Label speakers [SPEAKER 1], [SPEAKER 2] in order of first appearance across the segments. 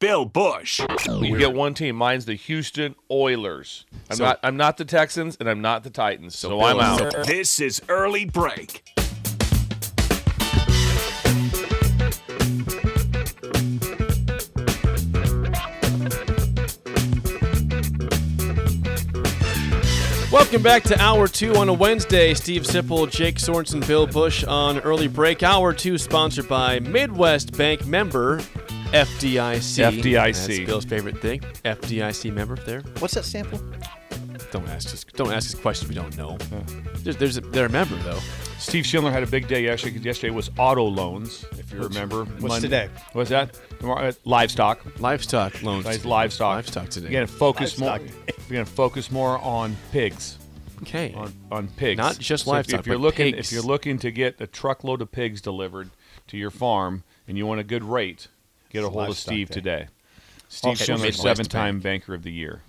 [SPEAKER 1] Bill Bush.
[SPEAKER 2] You get one team. Mine's the Houston Oilers. I'm not. I'm not the Texans, and I'm not the Titans. So, I'm out.
[SPEAKER 1] This is Early Break.
[SPEAKER 3] Welcome back to Hour 2 on a Wednesday. Steve Sipple, Jake Sorensen, Bill Bush on Early Break. Hour 2 sponsored by Midwest Bank member FDIC.
[SPEAKER 2] FDIC.
[SPEAKER 3] That's Bill's favorite thing. FDIC member there.
[SPEAKER 4] What's that sample?
[SPEAKER 3] Don't ask us, don't ask us questions we don't know. There's, there's a, they're a member, though.
[SPEAKER 2] Steve Schindler had a big day yesterday because yesterday was auto loans, if you remember. Monday.
[SPEAKER 4] today?
[SPEAKER 2] What's that? Tomorrow- uh, Livestock.
[SPEAKER 3] Livestock loans.
[SPEAKER 2] Today's livestock.
[SPEAKER 3] Livestock today.
[SPEAKER 2] We're gonna focus more.
[SPEAKER 4] Livestock.
[SPEAKER 2] We're gonna focus more on pigs.
[SPEAKER 3] Okay.
[SPEAKER 2] On, on pigs.
[SPEAKER 3] Not just
[SPEAKER 2] So if-
[SPEAKER 3] livestock,
[SPEAKER 2] If you're
[SPEAKER 3] but
[SPEAKER 2] looking,
[SPEAKER 3] pigs.
[SPEAKER 2] if you're looking to get a truckload of pigs delivered to your farm and you want a good rate, get a hold of
[SPEAKER 4] livestock
[SPEAKER 2] Steve
[SPEAKER 4] day.
[SPEAKER 2] today. Steve
[SPEAKER 3] Okay,
[SPEAKER 2] Schindler,
[SPEAKER 3] Midwest Bank.
[SPEAKER 2] seven-time banker of the year,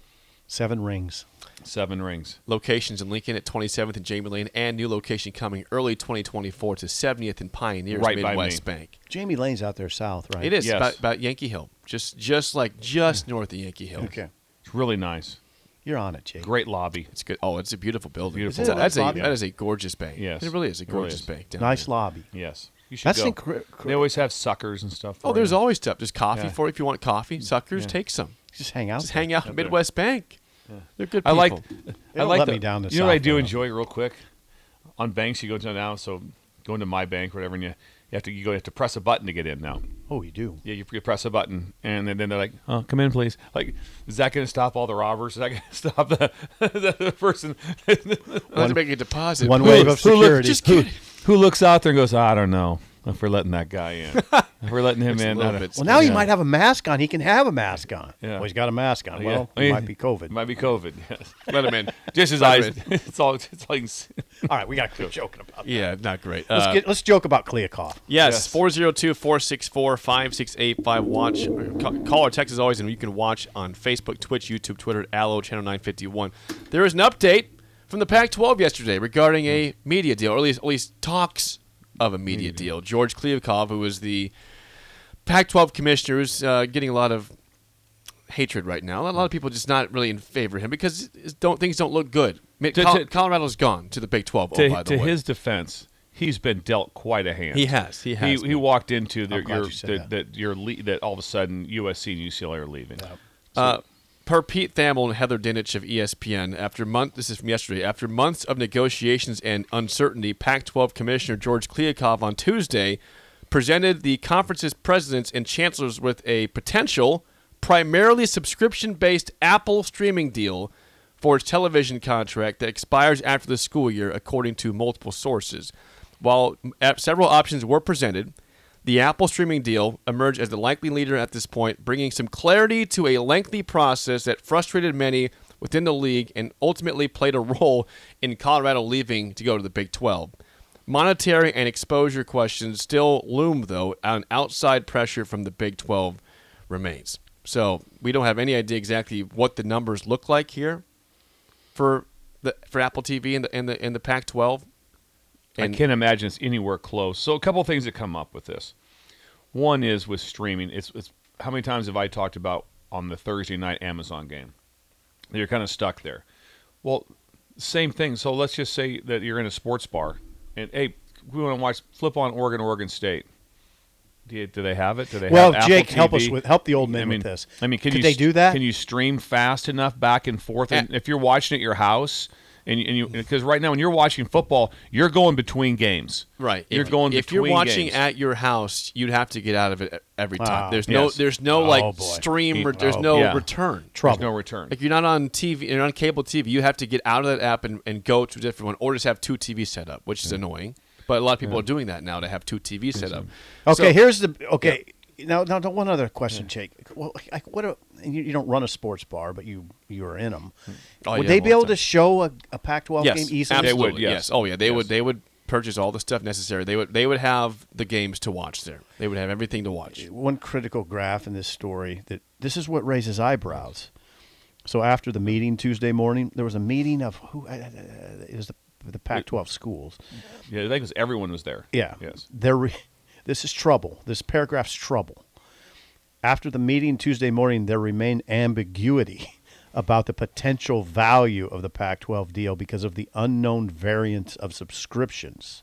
[SPEAKER 4] Seven rings.
[SPEAKER 2] seven rings.
[SPEAKER 3] Locations in Lincoln at 27th and Jamie Lane, and new location coming early 2024 to 70th and Pioneers
[SPEAKER 2] Right by
[SPEAKER 3] Midwest
[SPEAKER 2] me.
[SPEAKER 3] Bank.
[SPEAKER 4] Jamie Lane's out there south, right?
[SPEAKER 3] It is
[SPEAKER 2] Yes.
[SPEAKER 3] about, about Yankee Hill, just just like just north of Yankee Hill.
[SPEAKER 4] Okay.
[SPEAKER 2] It's really nice.
[SPEAKER 4] You're on it, Jake.
[SPEAKER 2] Great lobby.
[SPEAKER 3] It's good. Oh, it's a beautiful building.
[SPEAKER 2] Beautiful
[SPEAKER 3] It's a- that's a,
[SPEAKER 4] lobby.
[SPEAKER 3] that is a gorgeous bank.
[SPEAKER 2] Yes.
[SPEAKER 3] it really is a
[SPEAKER 2] It really
[SPEAKER 3] gorgeous
[SPEAKER 2] is.
[SPEAKER 3] bank. Down
[SPEAKER 4] Nice
[SPEAKER 3] there.
[SPEAKER 4] lobby.
[SPEAKER 2] Yes, you should
[SPEAKER 4] That's
[SPEAKER 2] go.
[SPEAKER 4] incre-
[SPEAKER 2] They always have suckers and stuff.
[SPEAKER 3] Oh,
[SPEAKER 2] for
[SPEAKER 3] there's
[SPEAKER 2] you.
[SPEAKER 3] always stuff. There's coffee
[SPEAKER 2] Yeah. Mm,
[SPEAKER 3] for you if you want coffee. Suckers, take some.
[SPEAKER 4] Just hang out.
[SPEAKER 3] Just
[SPEAKER 4] there.
[SPEAKER 3] hang out at Midwest Bank. They're good.
[SPEAKER 2] I
[SPEAKER 3] People.
[SPEAKER 2] like. I
[SPEAKER 4] don't
[SPEAKER 2] like
[SPEAKER 4] let
[SPEAKER 2] the,
[SPEAKER 4] me down this
[SPEAKER 2] You know what I
[SPEAKER 4] south,
[SPEAKER 2] do
[SPEAKER 4] though.
[SPEAKER 2] enjoy real quick? On banks, you go to now. So going to my bank, or whatever, and you, you have to you go. You have to press a button to get in now.
[SPEAKER 4] Oh, you do.
[SPEAKER 2] Yeah, you, you press a button, and then, then they're like, "Oh, come in, please." Like, is that going to stop all the robbers? Is that going to stop the, the, the person?
[SPEAKER 3] I like to make a deposit.
[SPEAKER 4] One
[SPEAKER 3] Who-
[SPEAKER 4] wave of
[SPEAKER 3] who look-
[SPEAKER 4] security.
[SPEAKER 3] Just
[SPEAKER 2] who,
[SPEAKER 3] kidding.
[SPEAKER 2] who looks out there and goes, "I don't know if we're letting that guy in. If we're letting him
[SPEAKER 3] It's
[SPEAKER 2] in."
[SPEAKER 3] a
[SPEAKER 2] I
[SPEAKER 3] little
[SPEAKER 2] don't-
[SPEAKER 3] bit
[SPEAKER 4] Well, now he
[SPEAKER 2] Yeah.
[SPEAKER 4] might have a mask on. He can have a mask on.
[SPEAKER 2] Yeah. Oh,
[SPEAKER 4] Well, he's got a mask on.
[SPEAKER 2] Yeah.
[SPEAKER 4] Well,
[SPEAKER 2] I
[SPEAKER 4] it
[SPEAKER 2] mean,
[SPEAKER 4] might be COVID.
[SPEAKER 2] Might be COVID. Yes.
[SPEAKER 3] Let him in.
[SPEAKER 2] Just his
[SPEAKER 3] Might
[SPEAKER 2] eyes.
[SPEAKER 3] have
[SPEAKER 2] It's all. It's all you can see.
[SPEAKER 4] All right, we got to quit joking about that.
[SPEAKER 3] Yeah, not great.
[SPEAKER 4] Let's,
[SPEAKER 3] Uh,
[SPEAKER 4] get, let's joke about Kleakoff.
[SPEAKER 3] Yes,
[SPEAKER 2] Yes.
[SPEAKER 3] 402 464 5685. Watch, or ca- call or text as always, and you can watch on Facebook, Twitch, YouTube, Twitter, Allo, Channel 951. There is an update from the Pac 12 yesterday regarding a media deal, or at least, at least talks of a media deal. George Kliavkov, who is the Pac 12 commissioner, who's uh, getting a lot of hatred right now. A lot of people just not really in favor of him because it's- don't things don't look good. I mean,
[SPEAKER 2] To-
[SPEAKER 3] Col-
[SPEAKER 2] to-
[SPEAKER 3] Colorado's gone to the Big 12, oh, by
[SPEAKER 2] to
[SPEAKER 3] the
[SPEAKER 2] to
[SPEAKER 3] way.
[SPEAKER 2] his defense, he's been dealt quite a hand.
[SPEAKER 3] he has. He
[SPEAKER 2] He,
[SPEAKER 3] has.
[SPEAKER 2] he walked into the,
[SPEAKER 4] I'm glad
[SPEAKER 2] your
[SPEAKER 4] you said
[SPEAKER 2] the,
[SPEAKER 4] that.
[SPEAKER 2] that your le- that all of a sudden USC and UCLA are leaving.
[SPEAKER 3] Uh, per Pete Thamel and Heather Dinich of E ESPN, after month this is from yesterday, after months of negotiations and uncertainty, Pac-12 Commissioner George Kliakov on Tuesday presented the conference's presidents and chancellors with a potential, primarily subscription-based Apple streaming deal for its television contract that expires after the school year, according to multiple sources. While uh, several options were presented, the Apple streaming deal emerged as the likely leader at this point, bringing some clarity to a lengthy process that frustrated many within the league and ultimately played a role in Colorado leaving to go to the Big 12. Monetary and exposure questions still loom, though, and outside pressure from the Big 12 remains. So we don't have any idea exactly what the numbers look like here for the for Apple TV and the and the and the Pac-12.
[SPEAKER 2] I can't imagine it's anywhere close. So a couple things that come up with this. One is with streaming. It's, it's how many times have I talked about on the Thursday night Amazon game? that You're kind of stuck there. Well, same thing. So let's just say that you're in a sports bar, and hey, we want to watch flip on Oregon, Oregon State. Do, you- do they have it? Do they
[SPEAKER 4] Well,
[SPEAKER 2] have Apple
[SPEAKER 4] Jake, help us
[SPEAKER 2] TV?
[SPEAKER 4] with- help the old
[SPEAKER 2] I
[SPEAKER 4] men
[SPEAKER 2] mean,
[SPEAKER 4] with this.
[SPEAKER 2] I mean, can
[SPEAKER 4] Could
[SPEAKER 2] you
[SPEAKER 4] they
[SPEAKER 2] s-
[SPEAKER 4] do that?
[SPEAKER 2] Can you stream fast enough back and forth? And
[SPEAKER 3] Eh.
[SPEAKER 2] if you're watching at your house, and and you because right now when you're watching football, you're going between games.
[SPEAKER 3] Right.
[SPEAKER 2] You're
[SPEAKER 3] if,
[SPEAKER 2] going
[SPEAKER 3] If
[SPEAKER 2] between
[SPEAKER 3] you're watching
[SPEAKER 2] games.
[SPEAKER 3] at your house, you'd have to get out of it e-, every time.
[SPEAKER 4] Wow.
[SPEAKER 3] There's no
[SPEAKER 2] Yes.
[SPEAKER 3] there's no
[SPEAKER 4] Oh,
[SPEAKER 3] like
[SPEAKER 4] boy.
[SPEAKER 3] stream
[SPEAKER 2] Eat-
[SPEAKER 3] re- there's
[SPEAKER 2] oh,
[SPEAKER 3] no
[SPEAKER 2] yeah.
[SPEAKER 3] return.
[SPEAKER 2] there's
[SPEAKER 4] Trouble.
[SPEAKER 2] no return.
[SPEAKER 3] Like you're not on TV, you're on cable TV. You have to get out of that app and, and go to a different one, or just have two TVs set up, which is annoying. But a lot of people are doing that now to have two TVs set up. So-
[SPEAKER 4] Okay, here's the okay. Now, now, one other question, Jake. Well, like, what? A, you, you don't run a sports bar, but you you are in them.
[SPEAKER 3] Oh,
[SPEAKER 4] would
[SPEAKER 3] yeah,
[SPEAKER 4] they
[SPEAKER 3] all
[SPEAKER 4] be
[SPEAKER 3] the
[SPEAKER 4] able
[SPEAKER 3] time.
[SPEAKER 4] to show a, a Pac-12
[SPEAKER 3] yes,
[SPEAKER 4] game easily?
[SPEAKER 3] Absolutely.
[SPEAKER 2] They would, yes.
[SPEAKER 3] Oh yeah, they
[SPEAKER 2] Yes.
[SPEAKER 3] would. They would purchase all the stuff necessary. They would. They would have the games to watch there. They would have everything to watch.
[SPEAKER 4] one critical graph in this story that this is what raises eyebrows. So after the meeting Tuesday morning, there was a meeting of who? I- I- I- It was the the Pac-12 schools.
[SPEAKER 2] Yeah, I think it was everyone was there.
[SPEAKER 4] Yeah.
[SPEAKER 2] Yes.
[SPEAKER 4] They're re- this is trouble. This paragraph's trouble. After the meeting Tuesday morning, there remained ambiguity about the potential value of the Pac 12 deal because of the unknown variants of subscriptions.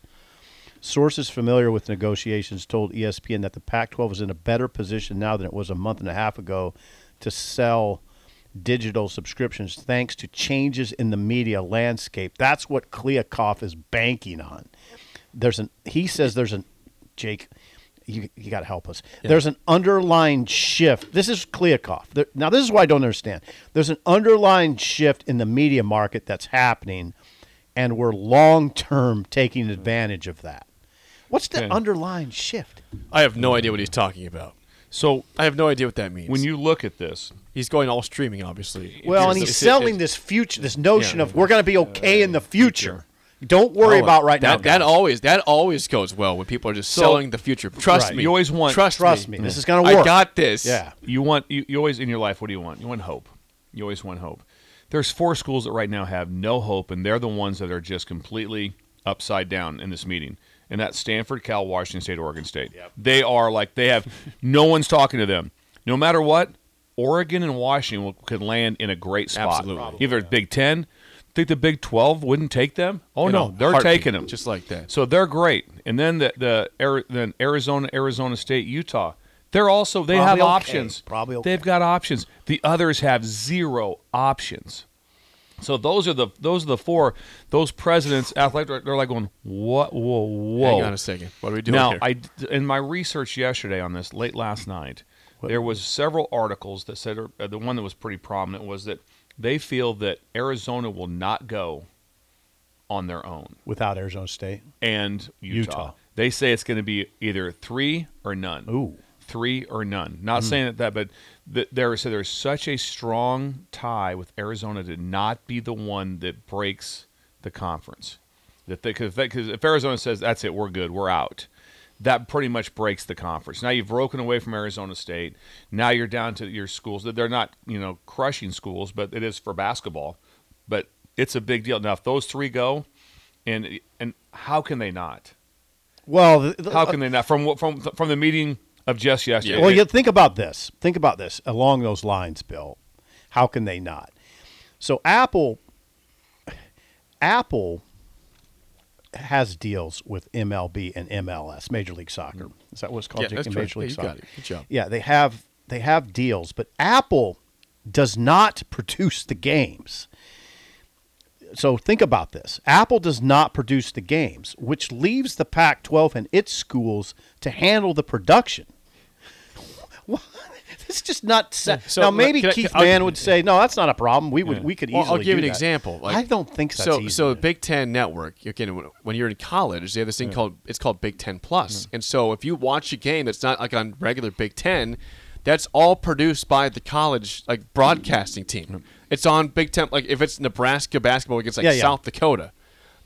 [SPEAKER 4] Sources familiar with negotiations told E ESPN that the Pac 12 is in a better position now than it was a month and a half ago to sell digital subscriptions thanks to changes in the media landscape. That's what Kliakoff is banking on. There's an he says there's an Jake you, you got to help us. There's an underlying shift. This is Kliakoff. There, now, this is why I don't understand. There's an underlying shift in the media market that's happening, and we're long term taking advantage of that. What's the
[SPEAKER 2] Yeah.
[SPEAKER 4] underlying shift?
[SPEAKER 3] I have no idea what he's talking about.
[SPEAKER 2] So
[SPEAKER 3] I have no idea what that means.
[SPEAKER 2] when you look at this,
[SPEAKER 3] he's going all streaming, obviously.
[SPEAKER 4] Well,
[SPEAKER 3] It's-
[SPEAKER 4] and he's
[SPEAKER 3] it's-
[SPEAKER 4] selling
[SPEAKER 3] it's-
[SPEAKER 4] this future, this notion of we're going to be okay in the future. Don't
[SPEAKER 3] oh,
[SPEAKER 4] worry about right
[SPEAKER 3] that,
[SPEAKER 4] now.
[SPEAKER 3] That
[SPEAKER 4] guys.
[SPEAKER 3] always that always goes well when people are just
[SPEAKER 2] So-
[SPEAKER 3] selling the future. Trust
[SPEAKER 4] Right.
[SPEAKER 3] me.
[SPEAKER 2] You always want-
[SPEAKER 3] trust,
[SPEAKER 4] Trust me, this is gonna
[SPEAKER 3] I
[SPEAKER 4] work.
[SPEAKER 3] got this.
[SPEAKER 4] yeah.
[SPEAKER 2] you want you, you always in your life what do you want you want hope you always want hope there's four schools that right now have no hope and they're the ones that are just completely upside down in this meeting and that's stanford cal washington state oregon state they are like they have no one's talking to them no matter what oregon and washington will, could land in a great spot
[SPEAKER 3] Absolutely. Probably,
[SPEAKER 2] either big 10 think the big 12 wouldn't take them oh
[SPEAKER 3] In
[SPEAKER 2] no
[SPEAKER 3] a
[SPEAKER 2] they're
[SPEAKER 3] heartbeat,
[SPEAKER 2] taking them
[SPEAKER 3] just like that.
[SPEAKER 2] so they're great. And then the the Ari- then Arizona, Arizona State, Utah, they're also they
[SPEAKER 4] Probably
[SPEAKER 2] have
[SPEAKER 4] okay.
[SPEAKER 2] options.
[SPEAKER 4] Probably okay.
[SPEAKER 2] they've got options. The others have zero options. So those are the those are the four. Those presidents, athletic director, they're like going, what? Whoa, whoa!
[SPEAKER 3] Hang on a second. What are we doing
[SPEAKER 2] now,
[SPEAKER 3] here?
[SPEAKER 2] I d- in my research yesterday on this, late last night, there was several articles that said or, uh, the one that was pretty prominent was that they feel that Arizona will not go on their own
[SPEAKER 4] Without Arizona State.
[SPEAKER 2] and Utah.
[SPEAKER 4] Utah.
[SPEAKER 2] They say it's going to be either three or none.
[SPEAKER 4] Ooh.
[SPEAKER 2] Three or none. Not saying that, that but th- there so there's such a strong tie with Arizona to not be the one that breaks the conference. That they, cause if, they, cause if Arizona says that's it, we're good, we're out. That pretty much breaks the conference. Now you've broken away from Arizona State. Now you're down to your schools. That They're not, you know, crushing schools, but it is for basketball. But it's a big deal. Now if those three go, and and how can they not?
[SPEAKER 4] Well, the, the-
[SPEAKER 2] How can they not? From what- from from the meeting of just yesterday.
[SPEAKER 4] Well, you think about this. Think about this along those lines, Bill. How can they not? So Apple, Apple has deals with MLB and MLS, Major League Soccer. Is that what it's called?
[SPEAKER 3] Mm. Yeah,
[SPEAKER 4] Jake?
[SPEAKER 3] that's
[SPEAKER 4] In
[SPEAKER 3] true.
[SPEAKER 4] Major
[SPEAKER 3] Yeah,
[SPEAKER 4] League
[SPEAKER 3] you
[SPEAKER 4] Soccer.
[SPEAKER 3] got it. Good job.
[SPEAKER 4] Yeah, they have they have deals, but Apple does not produce the games so think about this. Apple does not produce the games, which leaves the Pac 12 and its schools to handle the production. What? It's just not set.
[SPEAKER 3] so
[SPEAKER 4] now,
[SPEAKER 3] let-
[SPEAKER 4] maybe
[SPEAKER 3] can I-
[SPEAKER 4] Keith
[SPEAKER 3] I'll-
[SPEAKER 4] Mann would say, no, that's not a problem. We would, we could
[SPEAKER 3] Well, I'll
[SPEAKER 4] easily
[SPEAKER 3] give you
[SPEAKER 4] do
[SPEAKER 3] an
[SPEAKER 4] that."
[SPEAKER 3] example. Like,
[SPEAKER 4] I don't think that's
[SPEAKER 3] so.
[SPEAKER 4] easy.
[SPEAKER 3] So the Big Ten Network. Again, when- when you're in college, they have this thing called it's called Big Ten Plus. And so if you watch a game that's not like on regular Big Ten, that's all produced by the college like broadcasting team. It's on Big Ten. Like if it's Nebraska basketball against like
[SPEAKER 4] Yeah, yeah.
[SPEAKER 3] South Dakota,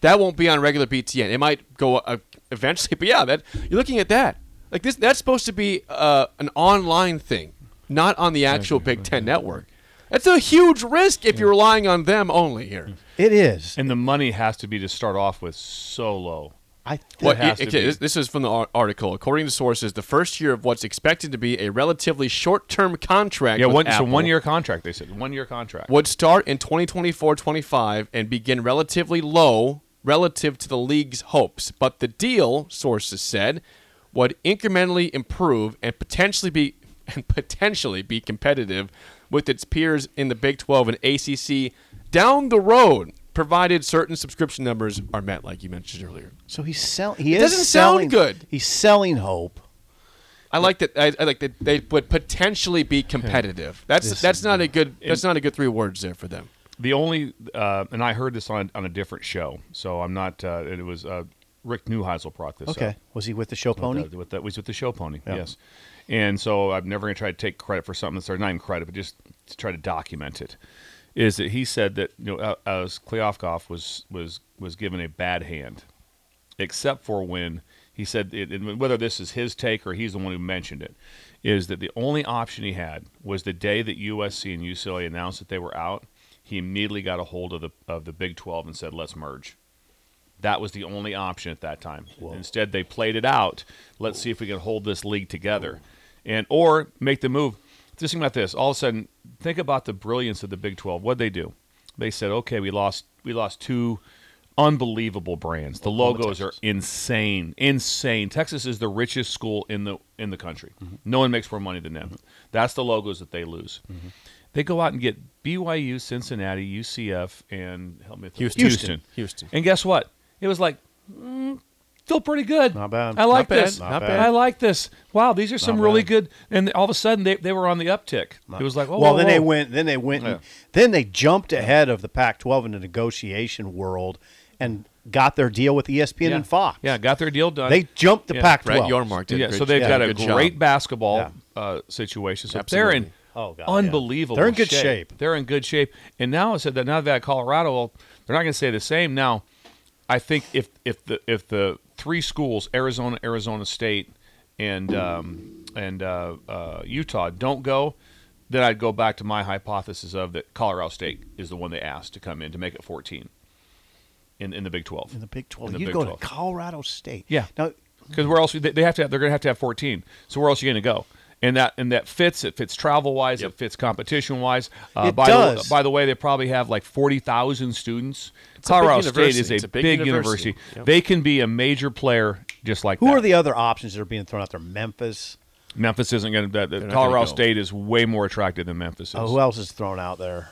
[SPEAKER 3] that won't be on regular BTN. It might go uh, eventually, but yeah, that you're looking at that. Like this, that's supposed to be uh, an online thing, not on the actual Big Ten network. That's a huge risk if you're relying on them only here.
[SPEAKER 4] it is.
[SPEAKER 2] and the money has to be to start off with so low.
[SPEAKER 4] I think
[SPEAKER 3] What,
[SPEAKER 2] has to
[SPEAKER 3] okay,
[SPEAKER 2] be.
[SPEAKER 3] this- this is from the ar- article. According to sources, the first year of what's expected to be a relatively short-term contract
[SPEAKER 2] Yeah,
[SPEAKER 3] with
[SPEAKER 2] one, it's a
[SPEAKER 3] Apple
[SPEAKER 2] one-year contract. They said one-year contract.
[SPEAKER 3] would start in 2024-25 and begin relatively low relative to the league's hopes, but the deal, sources said, would incrementally improve and potentially be and potentially be competitive with its peers in the Big 12 and ACC down the road, provided certain subscription numbers are met, like you mentioned earlier.
[SPEAKER 4] so he's selling. He
[SPEAKER 3] It
[SPEAKER 4] is
[SPEAKER 3] doesn't sound
[SPEAKER 4] selling-
[SPEAKER 3] good.
[SPEAKER 4] He's selling hope.
[SPEAKER 3] I like that. I, I like that they would potentially be competitive. That's that's not a good. That's not a good three words there for them.
[SPEAKER 2] The only uh, and I heard this on on a different show, so I'm not. Uh, it was uh, Rick Neuheisel brought this.
[SPEAKER 4] Okay.
[SPEAKER 2] up.
[SPEAKER 4] Was he with the show
[SPEAKER 2] With
[SPEAKER 4] pony?
[SPEAKER 2] the- with the- was with the show pony. Yes, And so I'm never going to try to take credit for something that's or not even credit, but just to try to document it. Is that he said that you know uh, as Kleofkoff was was was given a bad hand, except for when he said it, and whether this is his take or he's the one who mentioned it, is that the only option he had was the day that USC and UCLA announced that they were out. He immediately got a hold of the of the Big Twelve and said, "Let's merge." That was the only option at that time. Instead, they played it out. Let's see if we can hold this league together, and or make the move. Just think about this. All of a sudden, think about the brilliance of the Big Twelve. What they do? They said, "Okay, we lost. We lost two unbelievable brands. The logos are insane, insane. Texas is the richest school in the in the country. No one makes more money than them. That's the logos that they lose. They go out and get BYU, Cincinnati, UCF, and help me with the-
[SPEAKER 3] Houston.
[SPEAKER 2] Houston,
[SPEAKER 3] Houston.
[SPEAKER 2] and guess what? It was like mm, feel pretty good.
[SPEAKER 4] Not bad.
[SPEAKER 2] I like
[SPEAKER 3] Not bad.
[SPEAKER 2] this.
[SPEAKER 3] Not Not bad. bad.
[SPEAKER 2] I like this. Wow, these are some really
[SPEAKER 4] bad.
[SPEAKER 2] good. And all of a sudden, they, they were on the uptick. it was like, oh,
[SPEAKER 4] well,
[SPEAKER 2] whoa,
[SPEAKER 4] then
[SPEAKER 2] whoa.
[SPEAKER 4] they went. Then they went. And, then they jumped ahead of the Pac-12 in the negotiation world and got their deal with E ESPN
[SPEAKER 2] Yeah.
[SPEAKER 4] and Fox.
[SPEAKER 2] Yeah, got their deal done.
[SPEAKER 4] they jumped the
[SPEAKER 2] Yeah,
[SPEAKER 4] Pac-12.
[SPEAKER 3] Brett Yormark did. a
[SPEAKER 2] yeah,
[SPEAKER 3] great
[SPEAKER 2] so they've
[SPEAKER 3] job.
[SPEAKER 2] got a
[SPEAKER 3] Good job.
[SPEAKER 2] great basketball
[SPEAKER 4] Yeah.
[SPEAKER 2] uh, situation. So they're
[SPEAKER 3] Absolutely.
[SPEAKER 2] in
[SPEAKER 4] Oh, God, yeah.
[SPEAKER 2] unbelievable.
[SPEAKER 4] They're in good shape.
[SPEAKER 2] They're in good shape. And now I said that now that Colorado, well, they're not going to say the same. Now, I think if if the if the three schools Arizona, Arizona State, and um, and uh, uh, Utah don't go, then I'd go back to my hypothesis of that Colorado State is the one they asked to come in to make it 14 in in the Big 12.
[SPEAKER 4] in the Big 12.
[SPEAKER 2] In the
[SPEAKER 4] you
[SPEAKER 2] Big
[SPEAKER 4] go
[SPEAKER 2] 12.
[SPEAKER 4] to Colorado State.
[SPEAKER 2] Yeah.
[SPEAKER 4] Now,
[SPEAKER 2] Because where else they they have to have, they're going to have to have 14. So where else are you going to go? And that and that fits. It fits travel wise. It fits competition wise. Uh,
[SPEAKER 4] It
[SPEAKER 2] by
[SPEAKER 4] does.
[SPEAKER 2] The, by the way, they probably have like 40,000 students.
[SPEAKER 3] a big
[SPEAKER 2] Colorado State
[SPEAKER 3] university.
[SPEAKER 2] is a,
[SPEAKER 3] It's a big
[SPEAKER 2] big, university.
[SPEAKER 3] university. Yep.
[SPEAKER 2] They can be a major player just like
[SPEAKER 4] who
[SPEAKER 2] that.
[SPEAKER 4] are the other options that are being thrown out there? Memphis.
[SPEAKER 2] Memphis isn't going to.
[SPEAKER 3] not
[SPEAKER 2] Colorado
[SPEAKER 3] gonna go.
[SPEAKER 2] State is way more attractive than Memphis is.
[SPEAKER 4] Oh, who else is thrown out there?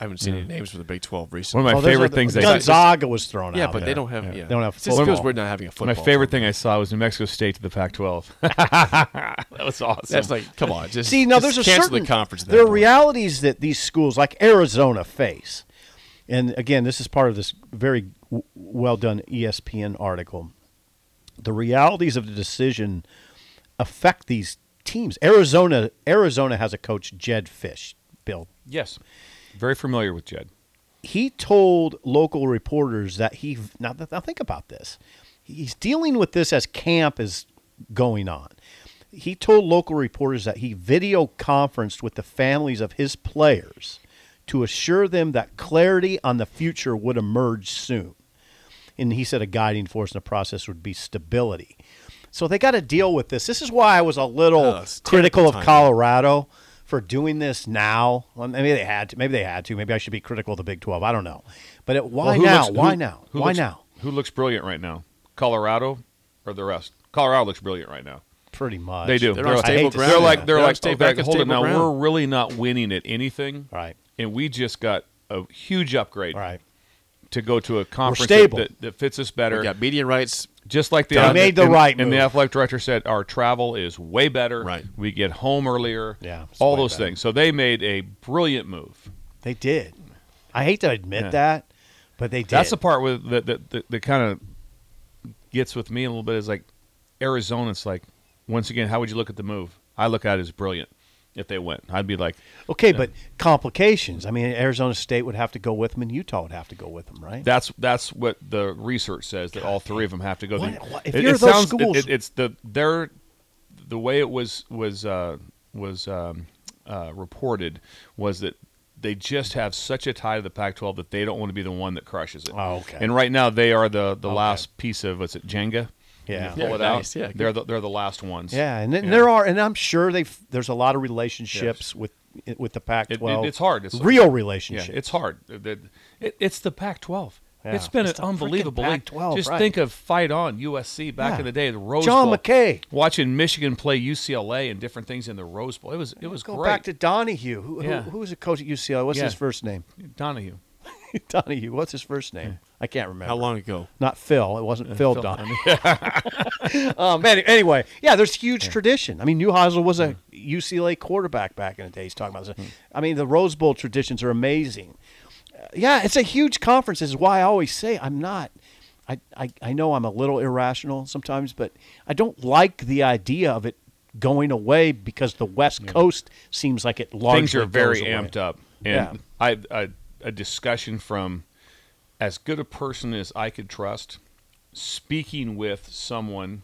[SPEAKER 3] I haven't seen any names for the Big 12 recently.
[SPEAKER 2] One of my
[SPEAKER 4] Oh, those are
[SPEAKER 2] favorite
[SPEAKER 4] the-
[SPEAKER 2] things. they
[SPEAKER 4] Gonzaga was thrown
[SPEAKER 3] yeah,
[SPEAKER 4] out.
[SPEAKER 3] but they
[SPEAKER 4] there.
[SPEAKER 3] don't have. Yeah.
[SPEAKER 4] They don't have
[SPEAKER 3] It just feels
[SPEAKER 4] football.
[SPEAKER 3] weird not having a football.
[SPEAKER 2] My favorite thing I saw was New Mexico State to the Pac-12. that was awesome.
[SPEAKER 3] That's like, come on, just
[SPEAKER 4] See, now
[SPEAKER 3] just
[SPEAKER 4] there's a
[SPEAKER 3] cancel
[SPEAKER 4] certain
[SPEAKER 3] the conference. at that
[SPEAKER 4] There are
[SPEAKER 3] point.
[SPEAKER 4] realities that these schools like Arizona face, and again, this is part of this very w- well done E ESPN article. The realities of the decision affect these teams. Arizona, Arizona has a coach, Jed Fish. Bill,
[SPEAKER 2] yes, very familiar with Jed.
[SPEAKER 4] he told local reporters that he now, th- now think about this he's dealing with this as camp is going on he told local reporters that he video conferenced with the families of his players to assure them that clarity on the future would emerge soon and he said a guiding force in the process would be stability so they got to deal with this this is why i was a little
[SPEAKER 3] Oh, it's
[SPEAKER 4] critical of
[SPEAKER 3] terrible timing.
[SPEAKER 4] colorado for doing this now well, maybe they had to maybe they had to maybe i should be critical of the big 12 i don't know but it, why
[SPEAKER 2] Well, who
[SPEAKER 4] now
[SPEAKER 2] looks-
[SPEAKER 4] why
[SPEAKER 2] who-
[SPEAKER 4] now
[SPEAKER 2] who
[SPEAKER 4] why
[SPEAKER 2] looks-
[SPEAKER 4] now
[SPEAKER 2] Who looks brilliant right now? Colorado or the rest? Colorado looks brilliant right now.
[SPEAKER 4] pretty much
[SPEAKER 2] They do.
[SPEAKER 3] They're
[SPEAKER 2] they're
[SPEAKER 3] on
[SPEAKER 2] like,
[SPEAKER 3] stable
[SPEAKER 4] ground
[SPEAKER 2] They're
[SPEAKER 4] now.
[SPEAKER 2] like they're
[SPEAKER 3] They're on
[SPEAKER 2] like,
[SPEAKER 3] sta-
[SPEAKER 2] oh,
[SPEAKER 3] back
[SPEAKER 2] like,
[SPEAKER 3] on
[SPEAKER 2] hold it
[SPEAKER 3] stable
[SPEAKER 2] now.
[SPEAKER 3] ground.
[SPEAKER 2] We're really not winning at anything,
[SPEAKER 4] Right.
[SPEAKER 2] And we just got a huge upgrade,
[SPEAKER 4] right
[SPEAKER 2] To go to a conference
[SPEAKER 4] stable.
[SPEAKER 2] That, that fits us better,
[SPEAKER 3] We got media rights.
[SPEAKER 2] just like the
[SPEAKER 4] They made the
[SPEAKER 2] and-
[SPEAKER 4] right
[SPEAKER 2] And the
[SPEAKER 4] move.
[SPEAKER 2] athletic director said our travel is way better.
[SPEAKER 3] Right.
[SPEAKER 2] we get home earlier.
[SPEAKER 4] Yeah, it's
[SPEAKER 2] all
[SPEAKER 4] way
[SPEAKER 2] those
[SPEAKER 4] better.
[SPEAKER 2] things. So they made a brilliant move.
[SPEAKER 4] they did i hate to admit
[SPEAKER 2] Yeah.
[SPEAKER 4] that but they did
[SPEAKER 2] That's the part with that that, that, that kind of gets with me a little bit is like Arizona. It's like once again, how would you look at the move? I look at it as brilliant. If they went, I'd be like,
[SPEAKER 4] okay but complications i mean arizona state would have to go with them and utah would have to go with them right
[SPEAKER 2] that's that's what the research says that all three of them have to go.
[SPEAKER 4] What-
[SPEAKER 2] The-
[SPEAKER 4] what- if you're those schools-
[SPEAKER 2] it- it's the their the way it was was uh, was um, uh, reported was that they just have such a tie to the Pac-12 that they don't want to be the one that crushes it.
[SPEAKER 4] Oh, okay.
[SPEAKER 2] And right now they are the the last piece of what's it Jenga.
[SPEAKER 4] yeah
[SPEAKER 2] pull
[SPEAKER 3] Yeah,
[SPEAKER 2] it
[SPEAKER 3] nice.
[SPEAKER 2] out.
[SPEAKER 3] Yeah,
[SPEAKER 2] they're the, they're the last ones.
[SPEAKER 4] Yeah, and then
[SPEAKER 2] Yeah.
[SPEAKER 4] there are, and I'm sure they have there's a lot of relationships with with the Pac-12.
[SPEAKER 2] It- it- it's hard. It's-
[SPEAKER 4] real
[SPEAKER 2] Yeah,
[SPEAKER 4] relationships.
[SPEAKER 2] it's hard. It, it- it's the Pac-12.
[SPEAKER 4] Yeah.
[SPEAKER 2] It's been
[SPEAKER 4] It's
[SPEAKER 2] an
[SPEAKER 4] the
[SPEAKER 2] unbelievable
[SPEAKER 4] freaking
[SPEAKER 2] league.
[SPEAKER 4] Pac-12,
[SPEAKER 2] Just
[SPEAKER 4] right.
[SPEAKER 2] think of fight on USC back
[SPEAKER 4] Yeah.
[SPEAKER 2] in the day, the Rose
[SPEAKER 4] John
[SPEAKER 2] Bowl.
[SPEAKER 4] McKay.
[SPEAKER 2] watching Michigan play UCLA and different things in the Rose Bowl. It was it was
[SPEAKER 4] Go
[SPEAKER 2] great.
[SPEAKER 4] back to Donahue. Who, who-
[SPEAKER 2] Yeah.
[SPEAKER 4] who was a coach at UCLA? What's
[SPEAKER 2] Yeah.
[SPEAKER 4] his first name?
[SPEAKER 2] Donahue.
[SPEAKER 4] Donahue. What's his first name? I can't remember.
[SPEAKER 3] How long ago?
[SPEAKER 4] Not Phil. It wasn't Phil, Donahue. um, any- anyway, yeah, there's huge tradition. I mean, Neuheisel was
[SPEAKER 2] Mm.
[SPEAKER 4] a UCLA quarterback back in the day. He's talking about this. I mean, the Rose Bowl traditions are amazing. Uh, yeah, it's a huge conference. This is why I always say I'm not I, I, I know I'm a little irrational sometimes, but I don't like the idea of it going away because the West Coast seems like it largely
[SPEAKER 2] things are very
[SPEAKER 4] goes away.
[SPEAKER 2] amped up.
[SPEAKER 4] Yeah.
[SPEAKER 2] And I, I a discussion from as good a person as I could trust, speaking with someone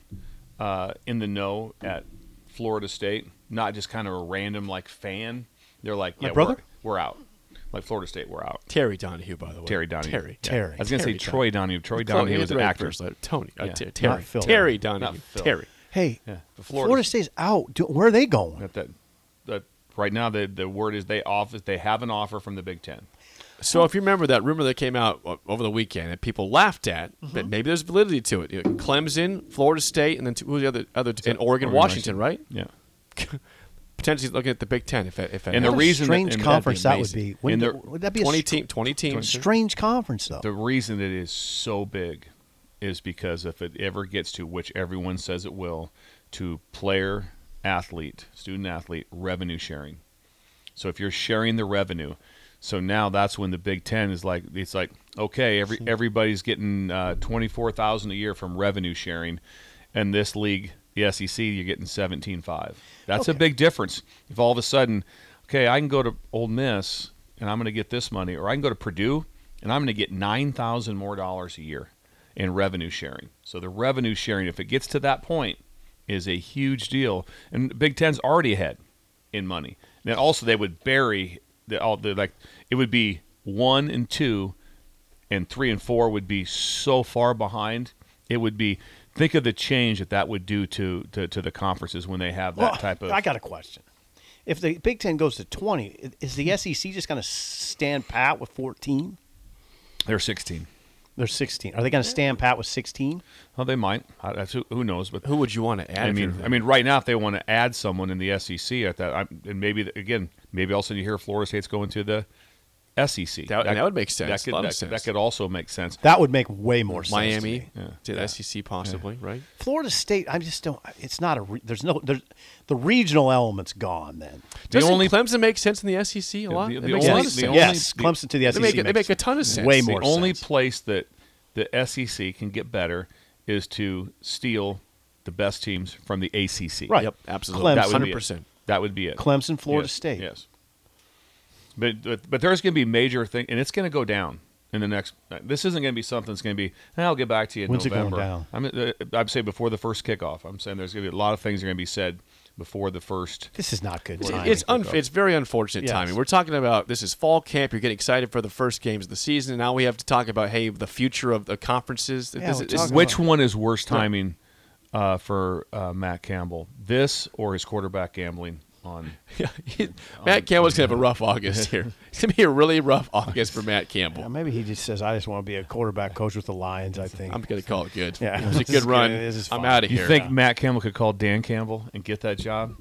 [SPEAKER 2] uh, in the know at Florida State, not just kind of a random like fan. They're like, yeah,
[SPEAKER 4] brother?
[SPEAKER 2] we're, we're out. Like Florida State, we're out.
[SPEAKER 3] Terry Donahue, by the way.
[SPEAKER 2] Terry Donahue.
[SPEAKER 3] Terry.
[SPEAKER 2] Yeah.
[SPEAKER 4] Terry.
[SPEAKER 2] I was gonna
[SPEAKER 3] Terry
[SPEAKER 2] say Troy Donahue. Troy
[SPEAKER 3] Tony,
[SPEAKER 2] Donahue was an actor.
[SPEAKER 3] First letter. Tony. Uh,
[SPEAKER 2] Yeah.
[SPEAKER 3] Ter- Terry.
[SPEAKER 4] Not Phil.
[SPEAKER 3] Terry
[SPEAKER 2] Not
[SPEAKER 3] Donahue.
[SPEAKER 2] Phil.
[SPEAKER 3] Terry.
[SPEAKER 4] Hey,
[SPEAKER 2] Yeah, the
[SPEAKER 4] Florida.
[SPEAKER 2] Florida-
[SPEAKER 4] State's out. Do, where are they going?
[SPEAKER 2] That, that, that right now the the word is they offer they have an offer from the Big Ten.
[SPEAKER 3] So if you remember that rumor that came out o- over the weekend that people laughed at,
[SPEAKER 2] Mm-hmm.
[SPEAKER 3] but maybe there's validity to it. You know, Clemson, Florida State, and then two, who was the other other in Oregon,
[SPEAKER 2] Oregon,
[SPEAKER 3] Washington, right?
[SPEAKER 2] Yeah.
[SPEAKER 3] Potentially looking at the Big Ten if that, if that
[SPEAKER 2] And the
[SPEAKER 4] What a
[SPEAKER 3] happens.
[SPEAKER 2] reason that-
[SPEAKER 4] strange
[SPEAKER 2] and that'd be
[SPEAKER 4] conference that would
[SPEAKER 2] amazing.
[SPEAKER 4] be. Wouldn't
[SPEAKER 2] And
[SPEAKER 4] it-
[SPEAKER 2] they're
[SPEAKER 4] would that be a
[SPEAKER 3] twenty
[SPEAKER 4] str-
[SPEAKER 3] team, twenty teams.
[SPEAKER 4] strange conference though?
[SPEAKER 2] The reason it is so big is because if it ever gets to, which everyone says it will, to player, athlete, student athlete revenue sharing. So if you're sharing the revenue, so now that's when the Big Ten is like, it's like, okay, every everybody's getting uh, twenty four thousand a year from revenue sharing, and this league, the SEC, you're getting seventeen five. That's a
[SPEAKER 4] Okay.
[SPEAKER 2] big difference. If all of a sudden, okay, I can go to Ole Miss and I'm going to get this money, or I can go to Purdue and I'm going to get nine thousand more dollars a year in revenue sharing. So the revenue sharing, if it gets to that point, is a huge deal. And the Big Ten's already ahead in money. And then also they would bury the all the like it would be one and two and three and four would be so far behind. It would be think of the change that that would do to to, to the conferences when they have that
[SPEAKER 4] Well,
[SPEAKER 2] type of
[SPEAKER 4] I got a question. If the Big Ten goes to twenty, i- is the SEC just going to stand pat with fourteen?
[SPEAKER 2] they're 16.
[SPEAKER 4] They're sixteen. Are they going to stand pat with sixteen?
[SPEAKER 2] Well, they might. I, that's, who who knows? But
[SPEAKER 3] Who would you want to add?
[SPEAKER 2] I
[SPEAKER 3] if
[SPEAKER 2] mean,
[SPEAKER 3] you're-
[SPEAKER 2] I mean, right now, if they want to add someone in the SEC at that, I'm, and maybe the- again, maybe also you hear Florida State's going to the SEC.
[SPEAKER 3] That- that would make sense.
[SPEAKER 2] That could,
[SPEAKER 3] A lot of
[SPEAKER 2] that-
[SPEAKER 3] sense.
[SPEAKER 2] that could also make sense.
[SPEAKER 4] That would make way more sense. to me.
[SPEAKER 3] Miami,
[SPEAKER 2] Yeah.
[SPEAKER 3] to the SEC possibly, right?
[SPEAKER 4] Florida State. I just don't. It's not a. Re, there's no. There's the regional element's gone. Then
[SPEAKER 3] The Doesn't
[SPEAKER 2] only-
[SPEAKER 3] Clemson make sense in the SEC a lot?
[SPEAKER 2] the-
[SPEAKER 3] It
[SPEAKER 2] the
[SPEAKER 3] makes a
[SPEAKER 2] only-
[SPEAKER 3] lot of
[SPEAKER 2] the
[SPEAKER 3] sense.
[SPEAKER 2] only-
[SPEAKER 4] yes, Clemson to the SEC.
[SPEAKER 3] make it- they
[SPEAKER 4] makes
[SPEAKER 3] make a ton of sense.
[SPEAKER 4] Way
[SPEAKER 3] The
[SPEAKER 4] more.
[SPEAKER 2] the only
[SPEAKER 4] sense.
[SPEAKER 2] place that the SEC can get better is to steal the best teams from the ACC.
[SPEAKER 4] Right.
[SPEAKER 3] Yep, absolutely.
[SPEAKER 4] Clemson.
[SPEAKER 2] That would be it.
[SPEAKER 3] 100%.
[SPEAKER 2] That would be it.
[SPEAKER 4] Clemson, Florida
[SPEAKER 2] Yes,
[SPEAKER 4] State.
[SPEAKER 2] Yes. But, but but there's going to be major thing, and it's going to go down in the next. uh, This isn't going to be something that's going to be. "Eh, I'll get back to you in
[SPEAKER 4] When's it going
[SPEAKER 2] November.
[SPEAKER 4] down?
[SPEAKER 2] I'm uh, I'm saying before the first kickoff. I'm saying there's going to be a lot of things that are going to be said before the first.
[SPEAKER 4] This is not good.
[SPEAKER 3] It's,
[SPEAKER 4] timing.
[SPEAKER 3] it's, unf- it's very unfortunate
[SPEAKER 4] Yes.
[SPEAKER 3] timing. We're talking about this is fall camp. You're getting excited for the first games of the season. Now we have to talk about hey the future of the conferences.
[SPEAKER 4] Yeah,
[SPEAKER 3] This
[SPEAKER 4] we're
[SPEAKER 3] is-
[SPEAKER 4] talking
[SPEAKER 3] which-
[SPEAKER 2] Which one is worse timing uh, for uh, Matt Campbell? This or his quarterback gambling on?
[SPEAKER 3] Matt Campbell's gonna have a rough August here. It's gonna be a really rough August for Matt Campbell.
[SPEAKER 4] Yeah, maybe he just says, "I just want to be a quarterback coach with the Lions." I think.
[SPEAKER 3] I'm gonna call it good.
[SPEAKER 4] Yeah.
[SPEAKER 3] it was a
[SPEAKER 4] This is
[SPEAKER 3] good run.
[SPEAKER 4] good. This is
[SPEAKER 3] I'm
[SPEAKER 4] fine.
[SPEAKER 3] out of
[SPEAKER 2] You
[SPEAKER 3] here.
[SPEAKER 2] think Matt Campbell could call Dan Campbell and get that job?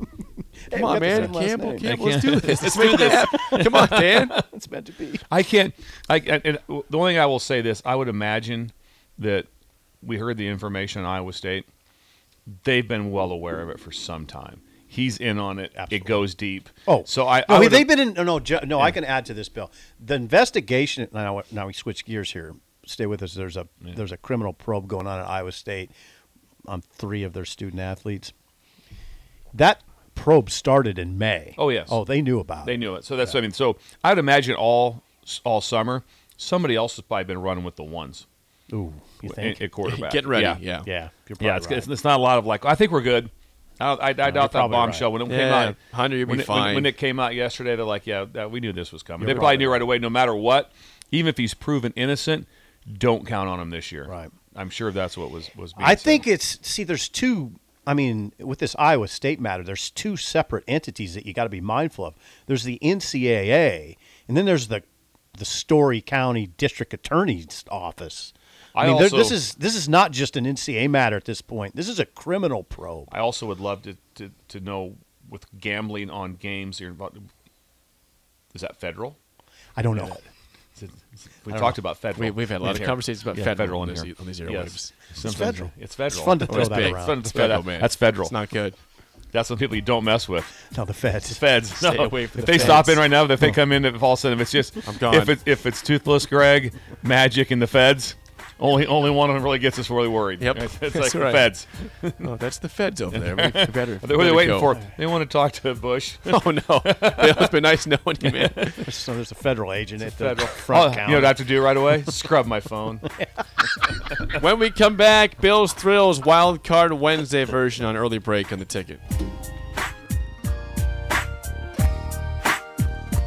[SPEAKER 3] Come on,
[SPEAKER 4] we got the
[SPEAKER 3] man,
[SPEAKER 4] same last
[SPEAKER 3] Campbell,
[SPEAKER 4] name.
[SPEAKER 3] Campbell, let's do this. Let's make this. happen. Come on, Dan.
[SPEAKER 4] it's meant to be.
[SPEAKER 2] I can't. I and and the only thing I will say this: I would imagine that we heard the information on Iowa State. They've been well aware of it for some time. He's in on it. It goes deep.
[SPEAKER 4] Oh,
[SPEAKER 2] so I.
[SPEAKER 4] No,
[SPEAKER 2] I would-
[SPEAKER 4] they've been in. No, no, ju- no I can add to this, Bill. The investigation. Now, now we switch gears here. Stay with us. There's a there's a criminal probe going on at Iowa State on three of their student athletes. That probe started in May.
[SPEAKER 2] Oh, yes.
[SPEAKER 4] Oh, they knew about.
[SPEAKER 2] They
[SPEAKER 4] it.
[SPEAKER 2] knew it. So that's. I mean, so I would imagine all all summer somebody else has probably been running with the ones
[SPEAKER 4] Ooh, you think?
[SPEAKER 2] at, at quarterback.
[SPEAKER 3] Get ready. Yeah.
[SPEAKER 4] yeah, you're
[SPEAKER 2] Yeah, it's,
[SPEAKER 4] probably
[SPEAKER 2] it's, it's not a lot of like. I think we're good. I, I, I doubt that
[SPEAKER 4] probably
[SPEAKER 2] bombshell when it came
[SPEAKER 3] Yeah,
[SPEAKER 2] out.
[SPEAKER 3] Hunter, you'll be
[SPEAKER 2] when it, when-
[SPEAKER 3] fine.
[SPEAKER 2] When, it came out yesterday, they're like, yeah, that, we knew this was coming.
[SPEAKER 4] You're
[SPEAKER 2] they probably
[SPEAKER 4] probably
[SPEAKER 2] knew right away. No matter what, even if he's proven innocent, don't count on him this year.
[SPEAKER 4] Right.
[SPEAKER 2] I'm sure that's what was was. Being
[SPEAKER 4] I
[SPEAKER 2] said.
[SPEAKER 4] think it's see. There's two. I mean, with this Iowa State matter, there's two separate entities that you got to be mindful of. There's the NCAA, and then there's the the Story County District Attorney's Office. I,
[SPEAKER 2] I
[SPEAKER 4] mean, there- this
[SPEAKER 2] also-
[SPEAKER 4] is this is not just an NCAA matter at this point. This is a criminal probe.
[SPEAKER 2] I also would love to to, to know with gambling on games you're involved. Is that federal?
[SPEAKER 4] I don't know.
[SPEAKER 2] Is it- is it- We talked about federal.
[SPEAKER 3] We, we've had a lot of conversations about
[SPEAKER 2] Yeah,
[SPEAKER 3] federal, on
[SPEAKER 2] in
[SPEAKER 3] these,
[SPEAKER 2] here.
[SPEAKER 3] on these airwaves.
[SPEAKER 2] Yes. It's
[SPEAKER 4] federal.
[SPEAKER 2] It's federal.
[SPEAKER 4] It's fun to
[SPEAKER 3] Oh,
[SPEAKER 4] throw
[SPEAKER 3] it's
[SPEAKER 4] that
[SPEAKER 3] big.
[SPEAKER 4] around.
[SPEAKER 2] Fun to
[SPEAKER 3] It's
[SPEAKER 2] throw that-
[SPEAKER 3] federal, man.
[SPEAKER 2] That's federal.
[SPEAKER 3] It's not good.
[SPEAKER 2] That's the people you don't mess with.
[SPEAKER 4] No, the feds.
[SPEAKER 2] Feds. No.
[SPEAKER 3] away from
[SPEAKER 2] if
[SPEAKER 3] the
[SPEAKER 2] they stop
[SPEAKER 3] feds.
[SPEAKER 2] in right now, if they come in, if all of a sudden, if it's just
[SPEAKER 3] I'm gone.
[SPEAKER 2] If it's if it's toothless Greg, magic, and the feds, only only one of them really gets us really worried.
[SPEAKER 3] Yep.
[SPEAKER 2] It's, it's
[SPEAKER 3] That's
[SPEAKER 2] like the
[SPEAKER 3] right.
[SPEAKER 2] feds.
[SPEAKER 3] Oh, that's the feds over there. We better.
[SPEAKER 2] What are they
[SPEAKER 3] better
[SPEAKER 2] waiting
[SPEAKER 3] go.
[SPEAKER 2] for? They want to talk to Bush.
[SPEAKER 3] Oh no! It's been nice knowing you, man.
[SPEAKER 4] So there's a federal agent at the
[SPEAKER 2] Federal-
[SPEAKER 4] front
[SPEAKER 2] Oh, you
[SPEAKER 4] counter.
[SPEAKER 2] know what I have to do right away? Scrub my phone.
[SPEAKER 3] when we come back, Bill's Thrills Wild Card Wednesday version on early break on the ticket.